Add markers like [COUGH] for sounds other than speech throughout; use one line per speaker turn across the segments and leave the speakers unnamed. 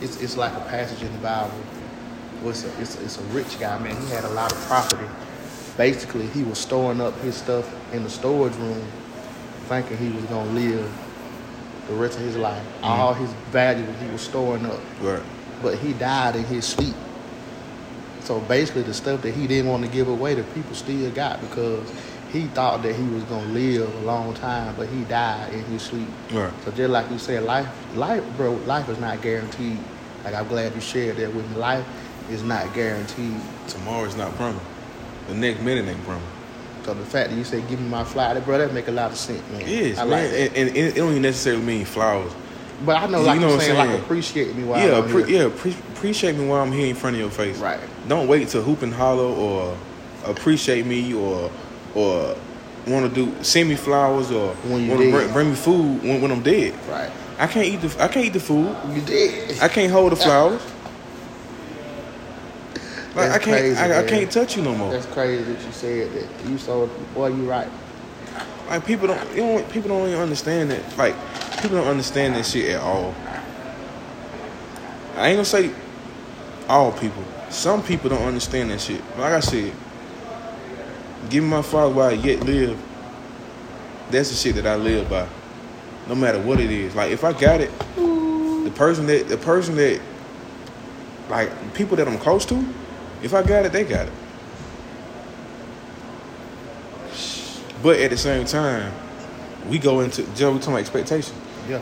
it's, it's like a passage in the Bible. Well, it's, a, it's, a- it's a rich guy, man. He had a lot of property. Basically, he was storing up his stuff in the storage room, thinking he was gonna live the rest of his life. All his valuables he was storing up,
Right.
but he died in his sleep. So basically, the stuff that he didn't want to give away, the people still got because he thought that he was gonna live a long time, but he died in his sleep.
Right.
So just like you said, life, life, bro, life is not guaranteed. Like I'm glad you shared that with me. Life is not guaranteed.
Tomorrow is not promised. The next minute ain't promised.
So the fact that you said, "Give me my flyer," bro, that make a lot of sense, man.
It is,
I
man.
like that.
and, and it, it don't even necessarily mean flowers.
But I know,
You
like you
know
are
what I'm
saying, like
saying?
appreciate me while
yeah,
I'm
appre-
here.
yeah. Pre- appreciate me while I'm here in front of your face.
Right.
Don't wait to hoop and hollow or appreciate me or or want to do send me flowers or
When you
wanna
dead.
bring, bring me food when, when I'm dead.
Right.
I can't eat the I can't eat the food.
You did.
I
[LAUGHS]
can't hold the flowers. Like, I
That's
can't
crazy,
I, I
man.
can't touch you no more.
That's crazy that you said that. You so boy, you right.
Like people don't, you don't people don't even understand that. Like people don't understand that shit at all. I ain't gonna say all people. Some people don't understand that shit. Like I said, give me my father while I yet live. That's the shit that I live by. No matter what it is. Like if I got it, the person that the person that like people that I'm close to, if I got it, they got it. But at the same time, we go into Joe, we talking about expectation.
Yeah.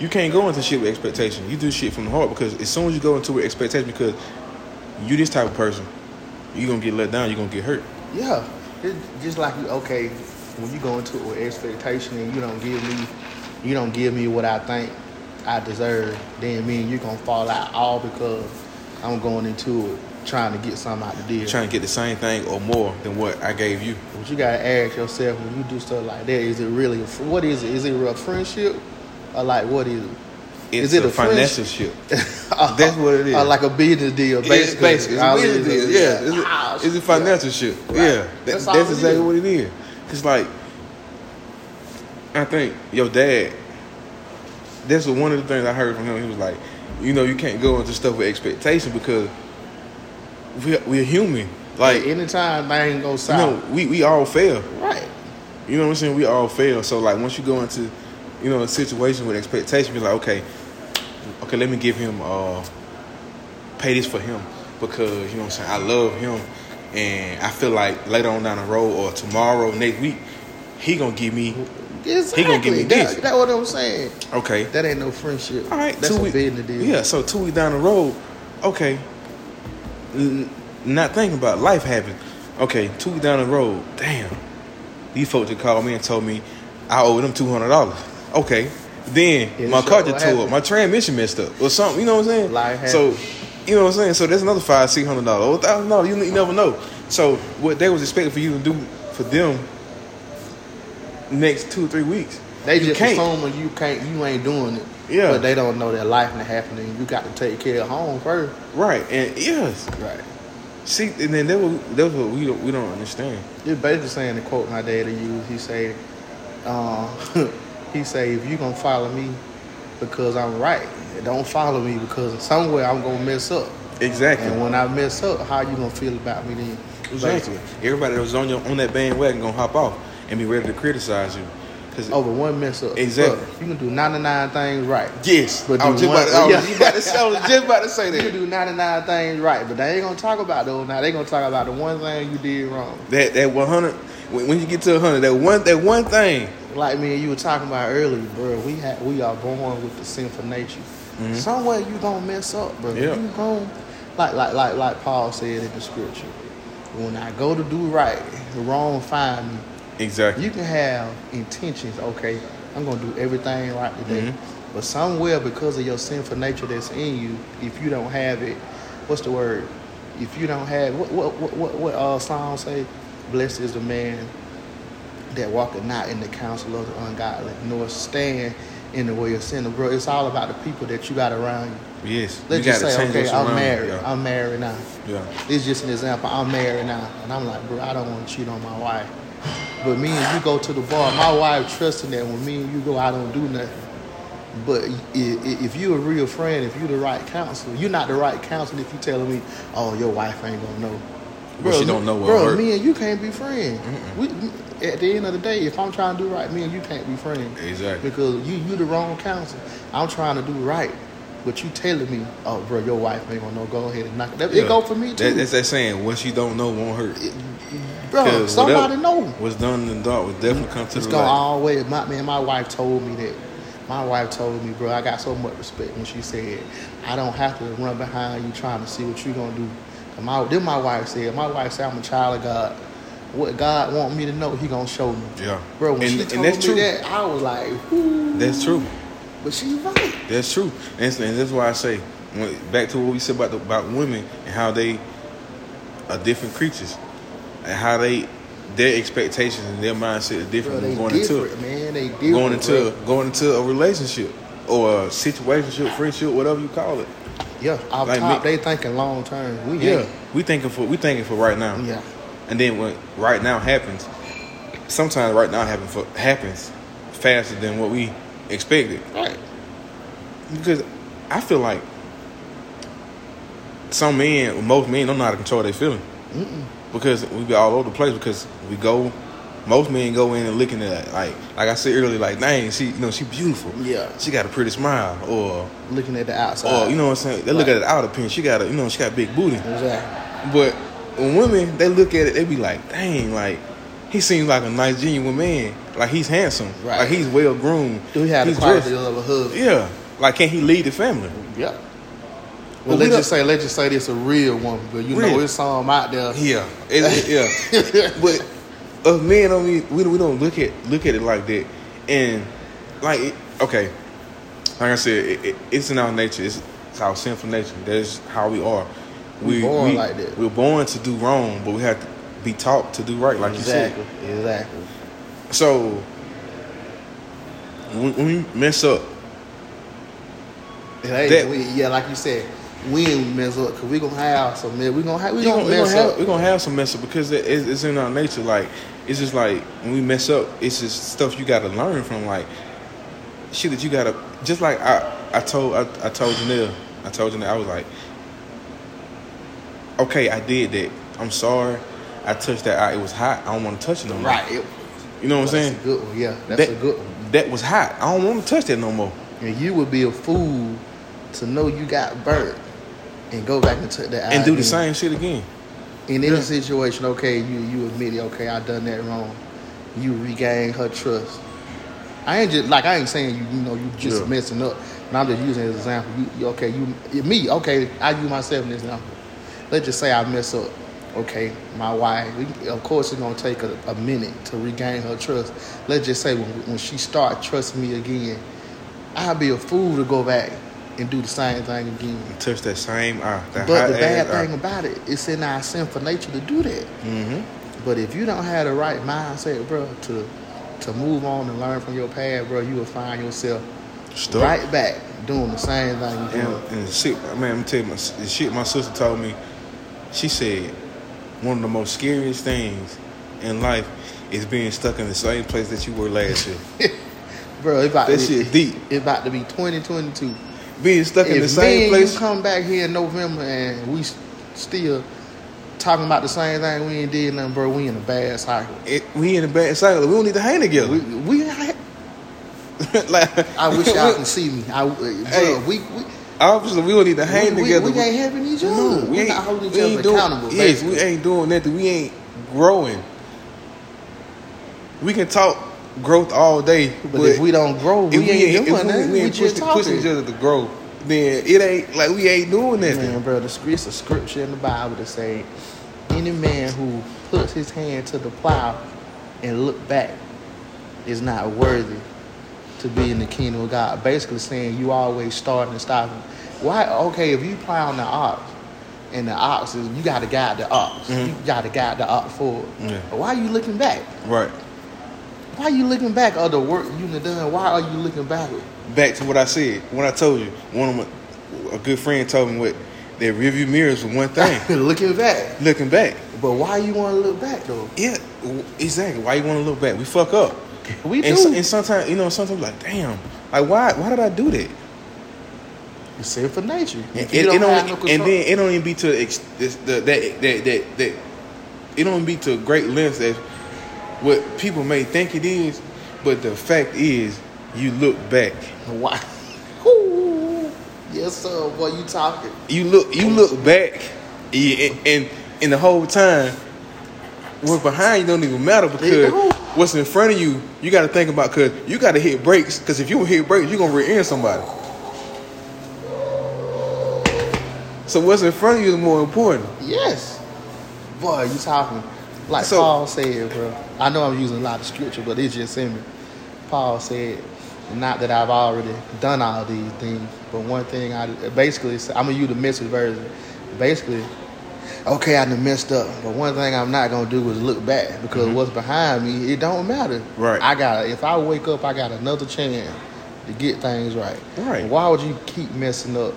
You can't go into shit with expectation. You do shit from the heart because as soon as you go into it with expectation, because you this type of person, you gonna get let down. You gonna get hurt.
Yeah, it, just like you. Okay, when you go into it with expectation and you don't give me, you don't give me what I think I deserve, then me and you gonna fall out all because I'm going into it trying to get something out the deal.
You're trying to get the same thing or more than what I gave you.
But you gotta ask yourself when you do stuff like that: Is it really? A, fr- what is it? Is it a friendship, or like what is it?
It's
Is it
a,
a
financial shit? [LAUGHS] That's what it
[LAUGHS]
is.
Or like a business deal,
Yeah,
basically.
basically, it's a
All it
business
is
deal.
is-
Yeah, it's a-
Wow,
it's a financial shit. Yeah, that- that's,
That's all it
exactly
is.
what it is. Cause like, I think your dad. That's one of the things I heard from him. He was like, you know, you can't go into stuff with expectation because we're, we're human. Like,
Like anytime things go
you
south,
know, we we all fail.
right?
You know what I'm saying? We all fail. So like once you go into, you know, a situation with expectation, be like, okay, okay, let me give him uh pay this for him because you know what I'm saying, I love him and I feel like later on down the road or tomorrow, next week, he gonna give me
Exactly.
gonna give me
that,
this.
That's what I'm saying.
okay.
That ain't no friendship.
All right,
that's
two
a
weeks.
business deal.
Yeah, so two weeks down the road, okay. N- not thinking about life happened. Okay, two weeks down the road, damn. These folks that called me and told me I owe them two hundred dollars. Okay, then
Yeah,
my
sure,
car
what
just tore up,
happened?
my transmission messed up, or something. You know what I'm saying?
Life
so, you know what I'm saying. So that's another five, six hundred dollars, or thousand dollars. You, you never know. So what they was expecting for you to do for them next two or three weeks,
They
you
just
can't.
assuming you can't, you ain't doing it.
Yeah.
But they don't know that life and happening. You got to take care of home first.
Right, and yes,
Right.
See, and then that what that's what we don't we don't understand.
It's basically saying the quote my daddy used. He say, uh, [LAUGHS] he say, if you gonna follow me because I'm right, don't follow me because somewhere I'm gonna mess up.
Exactly.
And when I mess up, how you gonna feel about me then?
exactly. Everybody that was on your on that bandwagon gonna hop off and be ready to criticize you. Cause
Over one mess up.
Exactly.
Look, you can do 99 things right.
yes,
But
I was
do
just
one-
about to, I was
yeah.
just about to say- I was just about to say
You [LAUGHS] can
that.
do 99 things right, but they ain't gonna talk about those now. They gonna talk about the one thing you did wrong.
That that one hundred. When, when you get to hundred, that one that one thing.
like me and you were talking about earlier, bro. We ha we are born with the sinful nature. Somewhere you gonna mess up, bro.
Yeah.
You going like like like like Paul said in the scripture. When I go to do right, the wrong find me.
Exactly.
You can have intentions, okay. I'm gonna do everything right today,
Mm-hmm.
but somewhere because of your sinful nature that's in you, if you don't have it, what's the word? If you don't have what what what what, what uh, song say? Blessed is the man that walketh not in the counsel of the ungodly, nor stand in the way of sin. Bro, it's all about the people that you got around you.
yes.
Let's
you
just say, okay,
what's
I'm
around you.
married.
Yeah.
I'm married now.
yeah.
It's just an example. I'm married now, and I'm like, bro, I don't want to cheat on my wife. But me and you go to the bar. My wife trusting that when me and you go, I don't do nothing. But i- i- if you're a real friend, if you're the right counselor, you're not the right counselor if you telling me, "Oh, your wife ain't gonna know."
Well, she don't know what
Bro,
hurt.
me and you can't be friends. We, at the end of the day, if I'm trying to do right, me and you can't be friends.
Exactly.
Because you you the wrong counsel. I'm trying to do right, but you telling me, "Oh, bro, your wife ain't gonna know." Go ahead and knock it. That,
Yeah.
It go for me too,
That, that's that saying: what you don't know won't hurt.
bro.
'Cause
Somebody
whatever
know. Mm-hmm.
What's done in the dark will definitely come to
It's
the
gonna
light.
always my man. My wife told me that. My wife told me, bro, I got so much respect when she said, I don't have to run behind you trying to see what you gonna do. 'Cause my then my wife said, my wife said I'm a child of God. What God want me to know, He gonna show me.
Yeah.
bro. When
And-
she
and
told
that's
me
true.
that, I was like, Ooh.
That's true.
But she's right.
That's true. And, so- and that's why I say, when, back to what we said about the, about women and how they are different creatures, and how they their expectations and their mindset are
Bro,
different
they
when going into
different, man. They different.
going into
bro.
going into a relationship or a situationship, friendship, whatever you call it.
yeah, off
like
top,
me-
they thinking long term. We
Yeah,
ain't.
we thinking for we thinking for right now.
yeah.
And then when right now happens, sometimes right now happen for, happens faster than what we expected.
Right.
Because I feel like some men, or most men, don't know how to control their feeling. Because we be all over the place. Because we go, most men go in and looking at it, like, like I said earlier, like, dang, she, you know, she beautiful.
Yeah.
she got a pretty smile, or,
Looking at the outside.
or you know what I'm saying. They look
Right.
at the outer pin. She got a, you know, she got a big booty.
Exactly.
But when women, they look at it, they be like, dang, like. He seems like a nice, genuine man. Like he's handsome.
Right.
Like he's well groomed.
Do we have the
he's
quality of a husband?
Yeah. Like can he lead the family?
Yeah.
Well,
Well,
we
let's just say let's just say this a real woman, but you
Real.
know it's some out there.
Yeah, It- it- yeah.
[LAUGHS]
but us men don't mean, we we don't look at look at it like that, and like it- okay, like I said, it, it, it's in our nature. It's, it's our sinful nature. That's how we are.
We born like that.
We're born to do wrong, but we have to be taught to do right, like
exactly,
you
exactly.
said. So when, when we mess up,
It ain't-
That-
we- yeah, like you said, we ain't mess up because we gonna have some. We gonna have we
we gonna,
gonna,
we gonna
mess
have
up.
we gonna have some mess up because it, it's it's in our nature. Like it's just like when we mess up, it's just stuff you gotta learn from. Like shit that you gotta just like I I told I, I told Janelle I told Janelle I was like, okay, I did that. I'm sorry. I touched that. out. it was hot. I don't want to touch it no more.
right. It,
You know what I'm
that's
saying?
a good one. Yeah, that's
That-
a good one.
That was hot. I don't want to touch that no more.
And you would be a fool to know you got burnt and go back into the
And do the same shit again.
in any situation, okay, you you admit it, okay, I done that wrong. You regain her trust. I ain't just like I ain't saying you you know you just
Yeah.
messing up, and I'm just using it as an example. You, you okay? You it- me okay? I use myself in this example. Let's just say I mess up. Okay, my wife. we- Of course, it's gonna take a, a minute to regain her trust. Let's just say when, when she start trusting me again, I'd be a fool to go back and do the same thing again.
And touch that same eye. That
But
hot
the bad
ass eye.
thing about it, it's in our sinful nature to do that. Mm-hmm. But if you don't have the right mindset, bro, to to move on and learn from your past, bro, you will find yourself
Stuck.
right back doing the same thing you
And,
doing. [LAUGHS]
and the shit, man, I'm tell you, my, the shit my sister told me, she said one of the most scariest things in life is being stuck in the same place that you were
[LAUGHS]
last year.
Bro, it about
That
to
shit deep.
It about to be 2022.
Being stuck in the
If me
same
and
place.
you come back here in November and we s- still talking about the same thing, we ain't did nothing, bro. We in a bad cycle.
it, we in a bad cycle. We don't need to hang
We,
together. [LAUGHS]
we
like,
I wish
we- [LAUGHS]
y'all can see me. I, bro,
Hey.
we, we
Obviously, we don't need to hang
we,
together.
We, we ain't helping each other.
No,
we, ain't not holding each other
doing,
accountable.
Yes,
basically.
we ain't doing nothing. We ain't growing. We can talk growth all day,
but, if we don't grow, we,
if we
ain't doing
if we,
nothing.
we
We,
ain't
just
pushing, pushing
talking.
each other to grow. Then it ain't like we ain't doing nothing.
Man, bro, the script, it's a scripture in the Bible that say, any man who puts his hand to the plow and look back is not worthy to be in the kingdom of God. Basically saying you always starting and stopping. Why? Okay, if you plowing the ox and the ox is, you got to guide the ox. You got to guide the ox forward.
Mm-hmm. Yeah.
But Why you looking back?
Right.
Why you looking back at the work you done done? Why are you looking backward?
Back to what I said. When I told you, one of my, a good friend told me what that rearview mirrors were one thing.
[LAUGHS] looking back.
Looking back,
But why you want to look back though?
yeah, w- exactly. Why you want to look back? We fuck up.
We
and,
do.
and sometimes you know, sometimes like, damn, Like why? Why did I do that?
It's sinful nature.
And,
If you
it- it
don't have
don't-
no
and
control-
then it don't even be to the ex, this, the, that, that that that it don't be to great lengths that what people may think it is, but the fact is you look back.
[LAUGHS] Why? Whoo. Yes, sir. Boy, you talking?
You look you look back, yeah, and, and and the whole time what's behind you don't even matter because
don't.
what's in front of you you got to think about because you got to hit brakes because if you don't hit brakes you're gonna rear end somebody. So what's in front of you is more important.
Yes. Boy, you talking? Like
So-
Paul said, bro. I know I'm using a lot of scripture, but it's just in me. Paul said, "Not that I've already done all these things, but one thing I basically I'm gonna use the message version. Basically, okay, I done messed up, but one thing I'm not gonna do is look back because what's behind me it don't matter.
Mm-hmm. Right.
I got to if I wake up, I got another chance to get things right.
Right.
Why would you keep messing up?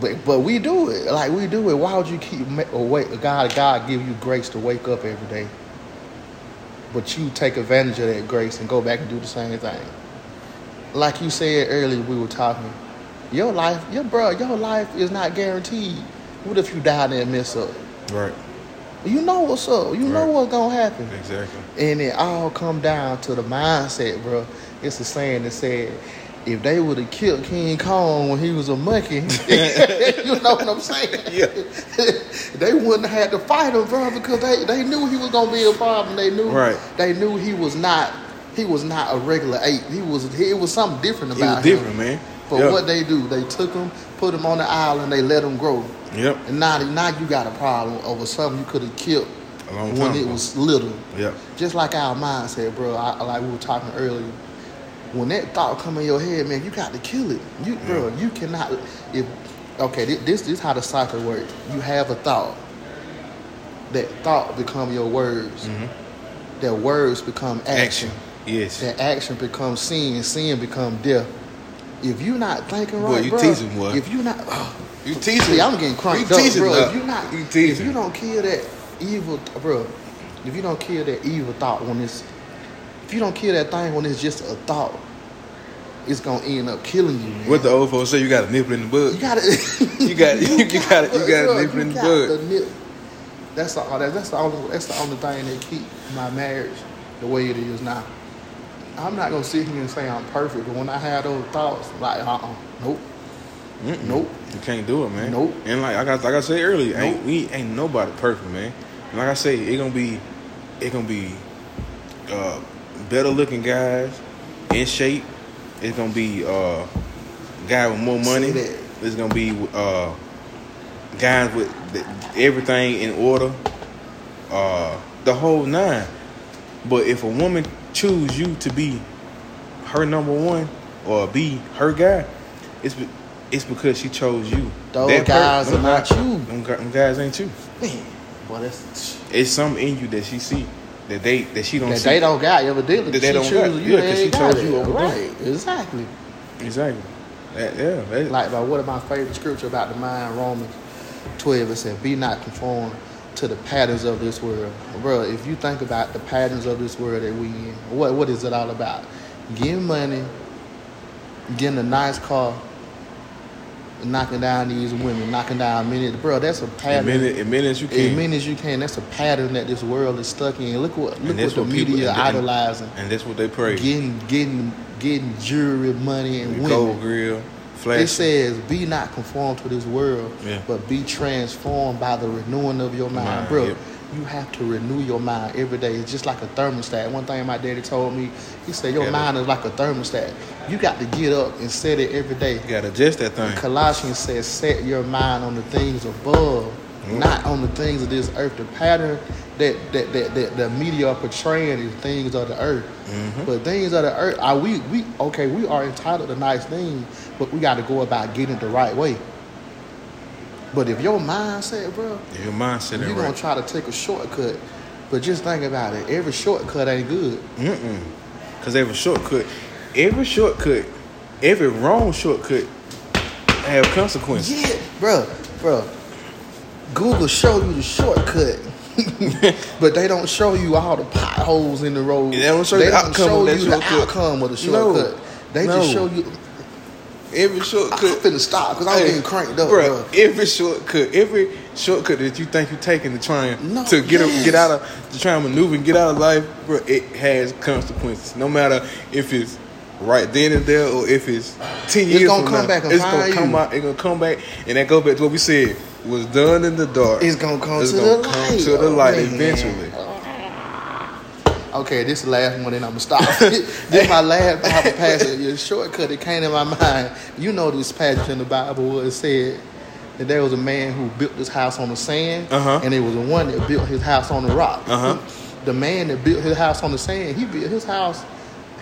But but we do it like we do it. Why would you keep ma- awake? God God give you grace to wake up every day, but you take advantage of that grace and go back and do the same thing. Like you said earlier, we were talking. Your life, your bro, your life is not guaranteed. What if you die there and mess up?
Right.
You know what's up. You know
Right.
what's gonna happen.
Exactly.
And it all come down to the mindset, bro. It's a saying that said, if they would have killed King Kong when he was a monkey, [LAUGHS] you know what I'm saying?
Yeah.
[LAUGHS] they wouldn't have had to fight him, bro, because they, they knew he was gonna be a problem. They knew
Right.
they knew he was not he was not a regular ape. He was he, it was something different
It was
about
different,
him.
man.
But
Yeah.
what they do, they took him, put him on the island, they let him grow.
Yep.
And now, now you got a problem over something you could have killed
A long
when
time
it
ago.
was little.
Yep.
Just like our mindset, bro. I, like we were talking earlier. When that thought come in your head, man, you got to kill it. You, bro, you cannot. If okay, thi- this this how the cycle works. You have a thought. That thought become your words.
Mm-hmm.
That words become action.
Yes.
That action becomes sin. Sin become death. If you not thinking
Boy,
right,
you
bro,
teasing, boy.
If you not, [SIGHS] oh,
You teasing.
See, I'm getting cranked
You
up,
teasing,
bro.
dog.
If you not,
You teasing.
if you don't kill that evil, bro. If you don't kill that evil thought when it's, if you don't kill that thing when it's just a thought, it's gonna end up killing you. Man.
What the old folks say, you got a nipple in the bud.
you gotta,
[LAUGHS] You got-
[LAUGHS]
you gotta- you gotta
bro,
nip it in the
got
bud.
to nip. That's the oh, that- that's the only that's the only thing that keep my marriage the way it is now. I'm not gonna sit here and say I'm perfect, but when I have those thoughts, like, uh, uh nope,
Mm-mm.
nope.
You can't do it, man.
Nope.
And like, I got, like I said earlier, ain't
Nope.
we ain't nobody perfect, man. And like I say, it gonna be, it gonna be, uh, better looking guys in shape. It's gonna be uh, guy with more money.
Say that.
It's gonna be uh, guys with th- everything in order. Uh, the whole nine. But if a woman choose you to be her number one or be her guy, it's be, it's because she chose you.
Those
per-
guys
them
are not
guy-
you.
Them, gu- them guys ain't you.
Man, boy, that's.
It's something in you that she see that they that she don't
that
see.
they don't got evidently.
That they
she
don't
choose
got.
you,
Yeah,
they
'cause
ain't
she
got
chose
it.
you over them.
Right, exactly.
Exactly. That- yeah. that-
Like by one of my favorite scripture about the mind, Romans twelve, it said, "Be not conformed to the patterns of this world, bro." If you think about the patterns of this world that we in, what what is it all about? Getting money, getting a nice car, knocking down these women, knocking down minutes, bro. That's a pattern.
admit it. Admit it. You can.
As many as you can. That's a pattern that this world is stuck in. Look what look
and that's
what the
what people-
media
and- and-
idolizing.
And that's what they pray.
getting getting getting jewelry, money, and
Gold
women.
grill,
It
flash.
says, "Be not conformed to this world,
Yeah.
but be transformed by the renewing of your mind,
Mind,
bro."
yep.
You have to renew your mind every day. It's just like a thermostat. One thing my daddy told me, he said, "Your
Yeah.
mind is like a thermostat. You got to get up and set it every day."
You gotta adjust that thing.
Colossians says, set your mind on the things above, not on the things of this earth. The pattern that that, that, that the media are portraying is things of the earth. But things of the earth, are we we okay? We are entitled to nice things, but we got to go about getting it the right way. But if your mindset, bro,
If Your mindset
you're
ain't
gonna
right.
try to take a shortcut. But just think about it. Every shortcut ain't good.
Mm-mm. Cause every shortcut, every shortcut, every wrong shortcut have consequences.
Yeah, bro, bro. Google show you the shortcut, [LAUGHS] but they don't show you all the potholes in the road.
They don't show you the outcome of that
you the
shortcut.
outcome of the
No.
shortcut. They
No.
just show you.
Every
I'm
shortcut.
finna stop because I'm
Hey,
getting cranked up,
bruh,
bro.
Every shortcut, every shortcut that you think you're taking to try and
No,
to get a-
yes.
get out of to try and maneuver and get out of life, bro, it has consequences. No matter if it's right then and there or if it's ten years,
gonna
from
come
now,
back and
It's
find
gonna come
you.
out. It's gonna come back, and that goes back to what we said was done in the dark.
It's gonna come
it's
to
gonna
the
come
light.
to the
Oh,
light
man.
eventually.
Okay, this is the last one, and I'm gonna stop. [LAUGHS] this is
[LAUGHS]
my last Bible passage. Your shortcut it came to my mind. You know this passage in the Bible where it said that there was a man who built his house on the sand,
Uh-huh.
and there was a one that built his house on the rock.
Uh-huh.
The man that built his house on the sand, he built his house.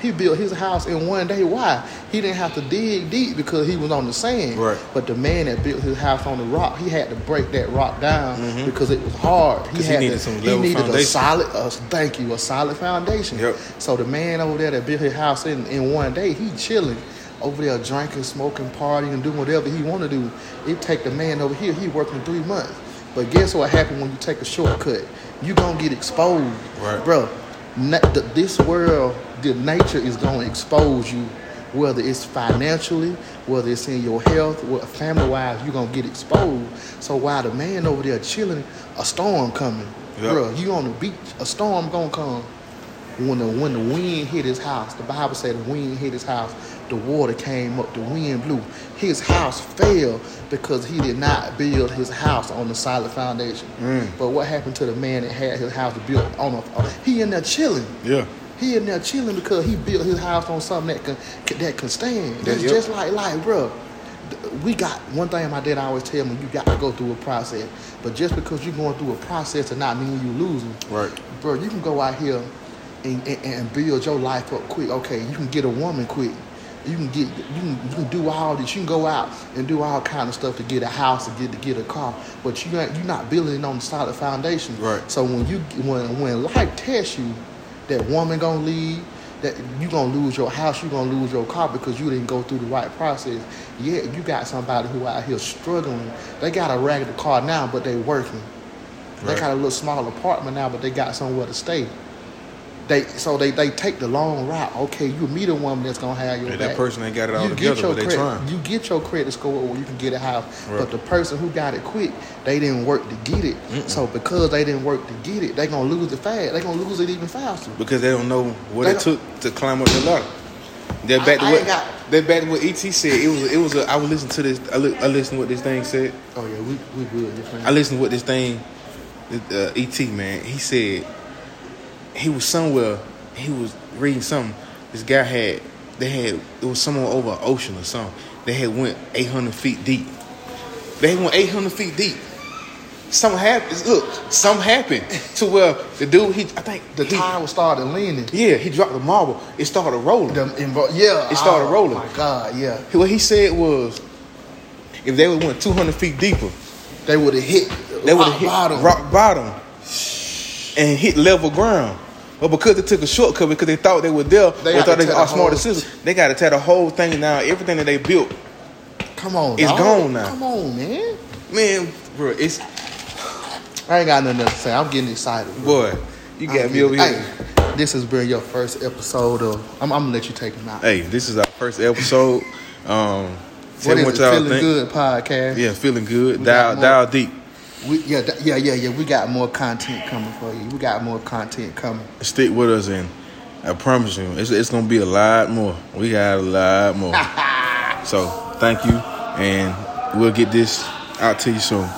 He built his house in one day. Why? He didn't have to dig deep because he was on the sand.
Right.
But the man that built his house on the rock, he had to break that rock down because it was hard.
'Cause Mm-hmm. he
had
needed
to-
some
he
level
needed a
foundation.
solid, a, thank you, a solid foundation.
Yep.
So the man over there that built his house in, in one day, he chilling over there drinking, smoking, partying, doing whatever he want to do. It take the man over here, he working three months. But guess what happened when you take a shortcut? You gonna get exposed,
Right.
bro. Na- the, this world, the nature is gonna expose you. Whether it's financially, whether it's in your health, what family wise, you're gonna get exposed. So while the man over there chilling, a storm coming.
Yep.
Bro, you on the beach, a storm gonna come. When the when the wind hit his house, the Bible said the wind hit his house, the water came up, the wind blew. His house fell because he did not build his house on a solid foundation. But what happened to the man that had his house built on a he in there chilling.
Yeah,
He in there chilling because he built his house on something that can that can stand.
Yeah,
It's
yep.
just like like, bro. We got one thing my dad always tell me: you got to go through a process. But just because you're going through a process, does not mean you losing
right.
bro, you can go out here and, and, and build your life up quick. Okay, you can get a woman quick. You can get you can, you can do all this. You can go out and do all kind of stuff to get a house and get to get a car, but you ain't, you're not building on a solid foundation.
Right.
So when you when when life tests you, that woman gonna leave. That you gonna lose your house, you gonna lose your car because you didn't go through the right process. Yet you got somebody who out here struggling. They got a raggedy car now, but they working. They
Right.
got a little small apartment now, but they got somewhere to stay. They so they, they take the long route. Okay, you meet a woman that's gonna have your
That,
back.
person ain't got it all
you
together,
get your
but they
credit.
trying.
You get your credit score where you can get a house,
Right.
but the person who got it quick, they didn't work to get it. So because they didn't work to get it, they gonna lose it fast. They gonna lose it even faster.
because they don't know what
They
it
don't-
took to climb up the ladder. They're
I-
back to
I
what
ain't got-
they're back to what ET said. It was it was a, I was listening to this. I, li- I listened to what this thing said.
Oh yeah, we we good. Yes,
I
man.
listened to what this thing uh, ET man. He said he was somewhere. He was reading something. This guy had they had it was somewhere over an ocean or something. They had went eight hundred feet deep. They went eight hundred feet deep. Something happened. Look, something happened to where the dude. He I think
The
he-
tire started leaning.
yeah, he dropped the marble. It started rolling.
The invo- yeah,
It started
oh,
rolling.
My God, yeah,
what he said was, if they would went 200 feet deeper,
they would have hit.
they would have
rock
hit
bottom.
rock bottom and hit level ground. But because they took a shortcut, because they thought they were there,
They
they,
had
thought
to
they
tear
were
the
smart
whole-
decisions. They got to tear the whole thing down. Everything that they built,
Come on,
It's
dog.
gone now.
Come on, man.
man, bro, it's
I ain't got nothing else to say. I'm getting excited. Bro.
boy, you
I'm
got me
getting-
over here.
Hey, this has been your first episode of. I'm, I'm gonna let you take them out.
Hey, this is our first episode. Um,
what
tell me
is
what
it?
y'all
Feeling
think.
good podcast.
Yeah, feeling good.
We got
Dial,
more.
dial deep.
We, yeah, th- yeah, yeah, yeah. We got more content coming for you. We got more content coming. [LAUGHS]
stick with us and I promise you, it's, it's gonna be a lot more. We got a lot more. so thank you, and we'll get this out to you soon.